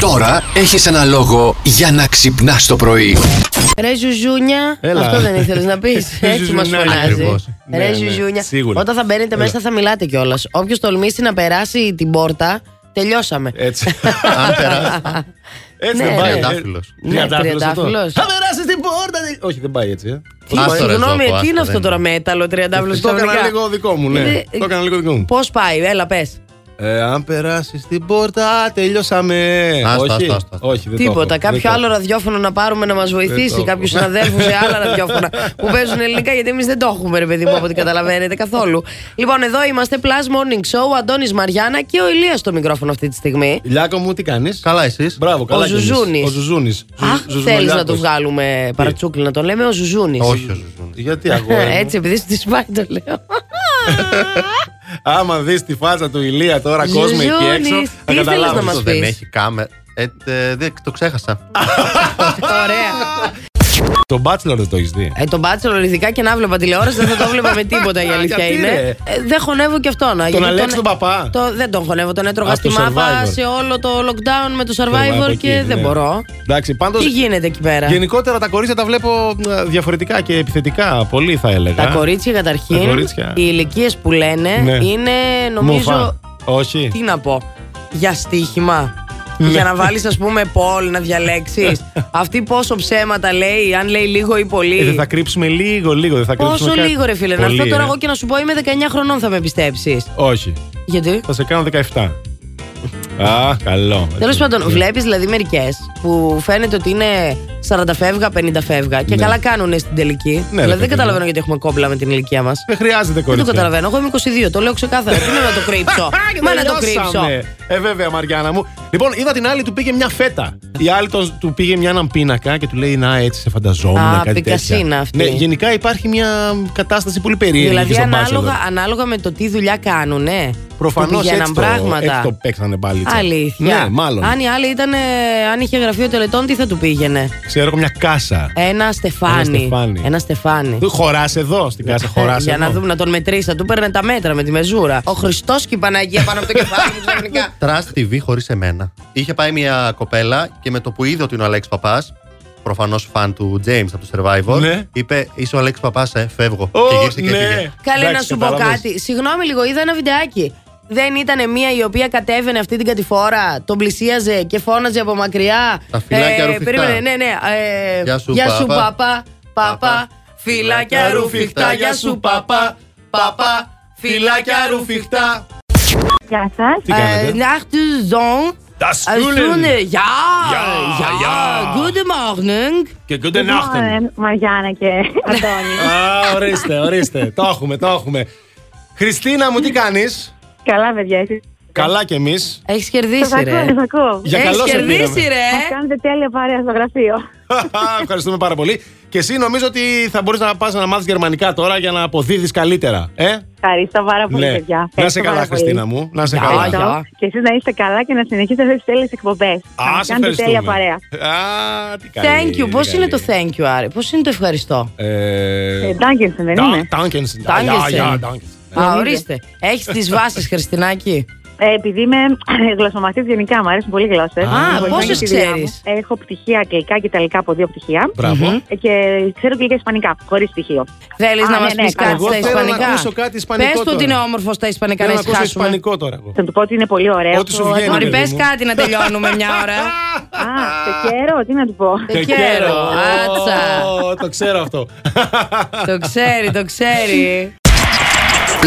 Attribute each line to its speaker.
Speaker 1: Τώρα έχεις ένα λόγο για να ξυπνάς το πρωί.
Speaker 2: Ρε Ζουζούνια.
Speaker 3: Έλα.
Speaker 2: Αυτό δεν ήθελες να πεις.
Speaker 3: Ρε
Speaker 2: Έτσι μας
Speaker 3: ζουζουνιά,
Speaker 2: φωνάζει.
Speaker 3: ακριβώς. Ναι,
Speaker 2: Ρε
Speaker 3: ναι,
Speaker 2: Ζουζούνια.
Speaker 3: σίγουρα.
Speaker 2: Όταν θα μπαίνετε μέσα θα μιλάτε κιόλας. Όποιος τολμήσει να περάσει την πόρτα, τελειώσαμε.
Speaker 3: Έτσι.
Speaker 4: Αν περάσει.
Speaker 3: Έτσι
Speaker 2: Ναι,
Speaker 3: δεν πάει.
Speaker 2: ρε.
Speaker 4: Τριαντάφυλλος.
Speaker 3: Ναι, τριαντάφυλλος αυτό.
Speaker 2: τριαντάφυλλος.
Speaker 3: Θα περάσει την πόρτα. δε- Όχι, δεν πάει έτσι. ε.
Speaker 2: Τι,
Speaker 4: Άστο, ρε,
Speaker 2: Συγγνώμη,
Speaker 4: Ζώκο,
Speaker 2: τι είναι
Speaker 4: άστο,
Speaker 2: αυτό
Speaker 4: δεν
Speaker 2: τώρα
Speaker 4: είναι.
Speaker 2: με έταλο τριαντάφυλλο
Speaker 3: ναι, Το έκανα λίγο δικό μου, ναι.
Speaker 2: Είναι-
Speaker 3: Το έκανα λίγο δικό μου.
Speaker 2: Πώς πάει, έλα πες.
Speaker 3: Ε, αν περάσεις την πόρτα, τελειώσαμε.
Speaker 4: Άστα,
Speaker 3: Όχι,
Speaker 4: άστα, άστα.
Speaker 3: όχι, δεν το έχω,
Speaker 2: Τίποτα.
Speaker 3: δεν το
Speaker 2: Κάποιο
Speaker 3: έχω.
Speaker 2: άλλο ραδιόφωνο να πάρουμε να μας
Speaker 3: το
Speaker 2: βοηθήσει.
Speaker 3: έχω.
Speaker 2: Κάποιους συναδέλφους σε άλλα ραδιόφωνα που παίζουν ελληνικά, γιατί εμείς δεν το έχουμε, ρε παιδί μου, από ό,τι καταλαβαίνετε καθόλου. Λοιπόν, εδώ είμαστε Plus Morning Show, Αντώνη Μαριάνα και ο Ηλίας στο μικρόφωνο αυτή τη στιγμή.
Speaker 3: Λιάκο μου, τι κάνεις.
Speaker 4: Καλά εσείς.
Speaker 3: Μπράβο, καλά. κινείς.
Speaker 2: Ζουζούνης.
Speaker 3: Ο Ζουζούνης. Ζου-
Speaker 2: Αχ, θέλει
Speaker 3: Ζουζουνιάκος.
Speaker 2: να του βγάλουμε παρατσούκλι, να τον λέμε ο Ζουζούνης.
Speaker 4: Όχι ο Ζουζούνης.
Speaker 3: Γιατί αγόρι. μου.
Speaker 2: Έτσι, επειδή σου τη σπάει, το λέω.
Speaker 3: Άμα δεις τη φάτσα του Ηλία τώρα, κόσμο
Speaker 2: Ζουζούνης,
Speaker 3: εκεί έξω.
Speaker 2: τι
Speaker 3: θα
Speaker 2: ήθελες
Speaker 3: καταλάβεις.
Speaker 2: να μας
Speaker 4: Αυτό δεν
Speaker 2: πεις.
Speaker 4: έχει κάμερα. Ε, ε, δεν- το ξέχασα.
Speaker 2: Ωραία.
Speaker 3: Το Bachelor δεν το έχεις δει.
Speaker 2: Ε, τον Bachelor, ειδικά και να βλέπα τηλεόραση, δεν θα το βλέπα με τίποτα η αλήθεια
Speaker 3: Γιατί,
Speaker 2: είναι.
Speaker 3: ρε?
Speaker 2: Ε, δεν χωνεύω και αυτόν. γιατί
Speaker 3: Αλέξη τον Παπά.
Speaker 2: Το, δεν τον χωνεύω, τον έτρωγα
Speaker 3: Α,
Speaker 2: στη
Speaker 3: το
Speaker 2: μάπα
Speaker 3: Survivor.
Speaker 2: σε όλο το lockdown με το
Speaker 3: Survivor
Speaker 2: survivor
Speaker 3: εκεί,
Speaker 2: και δεν
Speaker 3: ναι.
Speaker 2: μπορώ.
Speaker 3: Εντάξει, πάντως.
Speaker 2: Τι γίνεται εκεί πέρα.
Speaker 3: Γενικότερα τα κορίτσια τα βλέπω ε, διαφορετικά και επιθετικά. Πολύ θα έλεγα.
Speaker 2: Τα κορίτσια καταρχήν,
Speaker 3: Τα κορίτσια.
Speaker 2: οι ηλικίες που λένε
Speaker 3: Ναι.
Speaker 2: είναι νομίζω.
Speaker 3: Μουφα. Όχι.
Speaker 2: Τι να πω. Για στοίχημα.
Speaker 3: Ναι.
Speaker 2: Για να βάλεις, ας πούμε, πόλ να διαλέξεις. Αυτή πόσο ψέματα λέει, αν λέει λίγο ή πολύ.
Speaker 3: Ε, δεν θα κρύψουμε λίγο, λίγο. Δεν θα κρύψουμε
Speaker 2: Πόσο
Speaker 3: κάτι.
Speaker 2: λίγο, ρε φίλε. Να
Speaker 3: Πολύ,
Speaker 2: έρθω τώρα
Speaker 3: ε.
Speaker 2: εγώ και να σου πω είμαι 19 χρονών θα με πιστέψεις.
Speaker 3: Όχι.
Speaker 2: Γιατί.
Speaker 3: Θα σε κάνω 17. Α, καλό.
Speaker 2: Τέλος
Speaker 3: Ναι.
Speaker 2: πάντων, βλέπεις δηλαδή μερικές που φαίνεται ότι είναι 40 φεύγα, 50 φεύγα και
Speaker 3: Ναι.
Speaker 2: καλά κάνουν στην τελική.
Speaker 3: ρε
Speaker 2: δηλαδή δεν
Speaker 3: παιδί μου. Ε, ναι.
Speaker 2: καταλαβαίνω γιατί έχουμε κόμπλα με την ηλικία μας.
Speaker 3: Δεν χρειάζεται
Speaker 2: Δεν το
Speaker 3: κορίτσια.
Speaker 2: καταλαβαίνω. Εγώ είμαι 22, το λέω ξεκάθαρα. Τι να το κρύψω.
Speaker 3: Και
Speaker 2: Μα να το κρύψω.
Speaker 3: τελειώσαμε. Ε, βέβαια, Μαριάννα μου. Λοιπόν, είδα την άλλη του πήγε μια φέτα. Η άλλη τον- του πήγε μια έναν πίνακα και του λέει Να έτσι σε φανταζόμουν.
Speaker 2: Α,
Speaker 3: κάτι
Speaker 2: πικασίνα
Speaker 3: τέτοια.
Speaker 2: αυτή.
Speaker 3: Ναι, γενικά υπάρχει μια κατάσταση πολύ περίεργη.
Speaker 2: Δηλαδή
Speaker 3: στον
Speaker 2: ανάλογα,
Speaker 3: Bachelor.
Speaker 2: ανάλογα με το τι δουλειά κάνουνε.
Speaker 3: Προφανώς
Speaker 2: που πηγαίναν
Speaker 3: έτσι, το-
Speaker 2: πράγματα.
Speaker 3: έτσι το παίξανε πάλι. έτσι.
Speaker 2: Αλήθεια.
Speaker 3: Ναι, μάλλον.
Speaker 2: Αν η άλλη ήταν, ε, αν είχε γραφείο τελετών, τι θα του πήγαινε.
Speaker 3: Ξέρω εγώ μια κάσα.
Speaker 2: Ένα στεφάνι.
Speaker 3: Ένα στεφάνι.
Speaker 2: Ένα στεφάνι.
Speaker 3: Ε. Χωράς εδώ στην κάσα, χωρά
Speaker 2: Ε, για να δούμε να τον μετρήσει. Θα του παίρνε τα μέτρα με τη μεζούρα. Ο Χριστός και η Παναγία πάνω από το κεφάλι μου ξαφνικά.
Speaker 4: Τρας TV χωρίς εμένα. Είχε πάει μια κοπέλα και με το που είδε ότι είναι ο Αλέξης Παπάς, προφανώς φαν του James από το Survivor,
Speaker 3: Ναι.
Speaker 4: είπε είσαι ο Αλέξης Παπάς, ε, φεύγω. και γύρισε και φύγε.
Speaker 2: Καλέ να σου πω κάτι. Συγγνώμη λίγο, είδα ένα βιντεάκι. Δεν ήταν μία η οποία κατέβαινε αυτή την κατηφόρα, τον πλησίαζε και φώναζε από μακριά.
Speaker 4: Τα φυλάκια ρουφιχτά.
Speaker 2: Περίμενε, ναι, ναι. ε,
Speaker 4: Γεια σου, πάπα.
Speaker 2: παπά. Παπά.
Speaker 4: Πάπα.
Speaker 2: Φυλάκια ρουφιχτά. Γεια σου, παπά. Παπά. Φυλάκια ρουφιχτά.
Speaker 5: Γεια σας.
Speaker 3: Τι κάνετε.
Speaker 2: Nach der Saison.
Speaker 3: Das
Speaker 2: Äh, Stunde, ja,
Speaker 3: Ja,
Speaker 2: ja,
Speaker 3: ja.
Speaker 2: Guten Morgen.
Speaker 3: Και good night.
Speaker 5: ε, Μαριάννα και Αντώνη.
Speaker 3: Α, ορίστε, ορίστε. το έχουμε, το έχουμε. Χριστίνα μου, τι κάνεις.
Speaker 5: Καλά, παιδιά, εσείς.
Speaker 3: Καλά κι εμείς.
Speaker 2: Έχεις
Speaker 5: Σα
Speaker 2: κερδίσει,
Speaker 5: ακούω,
Speaker 2: ρε.
Speaker 5: σας ακούω.
Speaker 3: Για
Speaker 2: Έχεις
Speaker 3: καλό σε
Speaker 2: κερδίσει,
Speaker 3: πήραμε.
Speaker 2: ρε.
Speaker 5: Μας κάνετε τέλεια παρέα στο γραφείο.
Speaker 3: Ευχαριστούμε πάρα πολύ. Και εσύ νομίζω ότι θα μπορείς να πας να μάθεις γερμανικά τώρα για να αποδίδεις καλύτερα. Ε?
Speaker 5: Ευχαριστώ πάρα πολύ, παιδιά.
Speaker 3: Ναι. Να
Speaker 5: Ευχαριστώ
Speaker 3: σε καλά,
Speaker 5: πάρα πολύ.
Speaker 3: Χριστίνα μου. Να σε
Speaker 2: Γεια,
Speaker 3: καλά.
Speaker 2: γεια.
Speaker 5: Ευχαριστώ. Και εσείς να είστε καλά και να συνεχίσετε αυτέ τις τέλειες εκπομπές.
Speaker 3: Α, σε
Speaker 5: κάνετε
Speaker 3: ευχαριστούμε.
Speaker 5: τέλεια παρέα.
Speaker 3: Α, τι καλή,
Speaker 2: Thank you.
Speaker 3: τι
Speaker 2: Πώς είναι
Speaker 3: καλή.
Speaker 2: το thank you, Άρη. Πώς είναι το ευχαριστώ.
Speaker 3: Ε,
Speaker 5: Ε, Ντάγκενσεν, δεν είναι.
Speaker 3: Τάγκενσεν.
Speaker 2: Τάγκενσεν.
Speaker 3: Γεια, Τάγκενσεν.
Speaker 2: Α, ορίστε. Έχεις τις βάσεις, Χριστινάκη.
Speaker 5: Ε, επειδή είμαι γλωσσομαθή γενικά, μου αρέσουν πολύ γλώσσες.
Speaker 3: Α,
Speaker 2: πόσες ξέρεις?
Speaker 5: Έχω πτυχία αγγλικά και ιταλικά από δύο πτυχία.
Speaker 3: Μπράβο.
Speaker 5: Ε, Και ξέρω και λίγα ισπανικά, χωρίς στοιχείο.
Speaker 2: Θέλεις
Speaker 5: Α,
Speaker 2: να
Speaker 5: ναι,
Speaker 2: μας
Speaker 5: ναι,
Speaker 2: πεις
Speaker 5: καλά.
Speaker 2: κάτι
Speaker 3: Εγώ
Speaker 2: στα
Speaker 3: θέλω να
Speaker 2: ισπανικά.
Speaker 3: ακούσω κάτι ισπανικό
Speaker 2: Πες του
Speaker 3: τώρα.
Speaker 2: ότι είναι όμορφο στα ισπανικά, να
Speaker 3: Θέλω να ακούσω
Speaker 2: εσχάσουμε.
Speaker 3: ισπανικό τώρα εγώ.
Speaker 5: Θα του πω ότι είναι πολύ ωραίο.
Speaker 3: Ό,τι σου βγαίνει.
Speaker 2: Μωρή,
Speaker 3: παιδί
Speaker 2: πες
Speaker 3: μου.
Speaker 2: κάτι να τελειώνουμε μια ώρα.
Speaker 5: Α, σε καιρό, τι να του πω.
Speaker 2: Το ξέρω. Άτσα.
Speaker 3: Ω, Το ξέρω αυτό.
Speaker 2: Το ξέρει, το ξέρει.
Speaker 1: Plus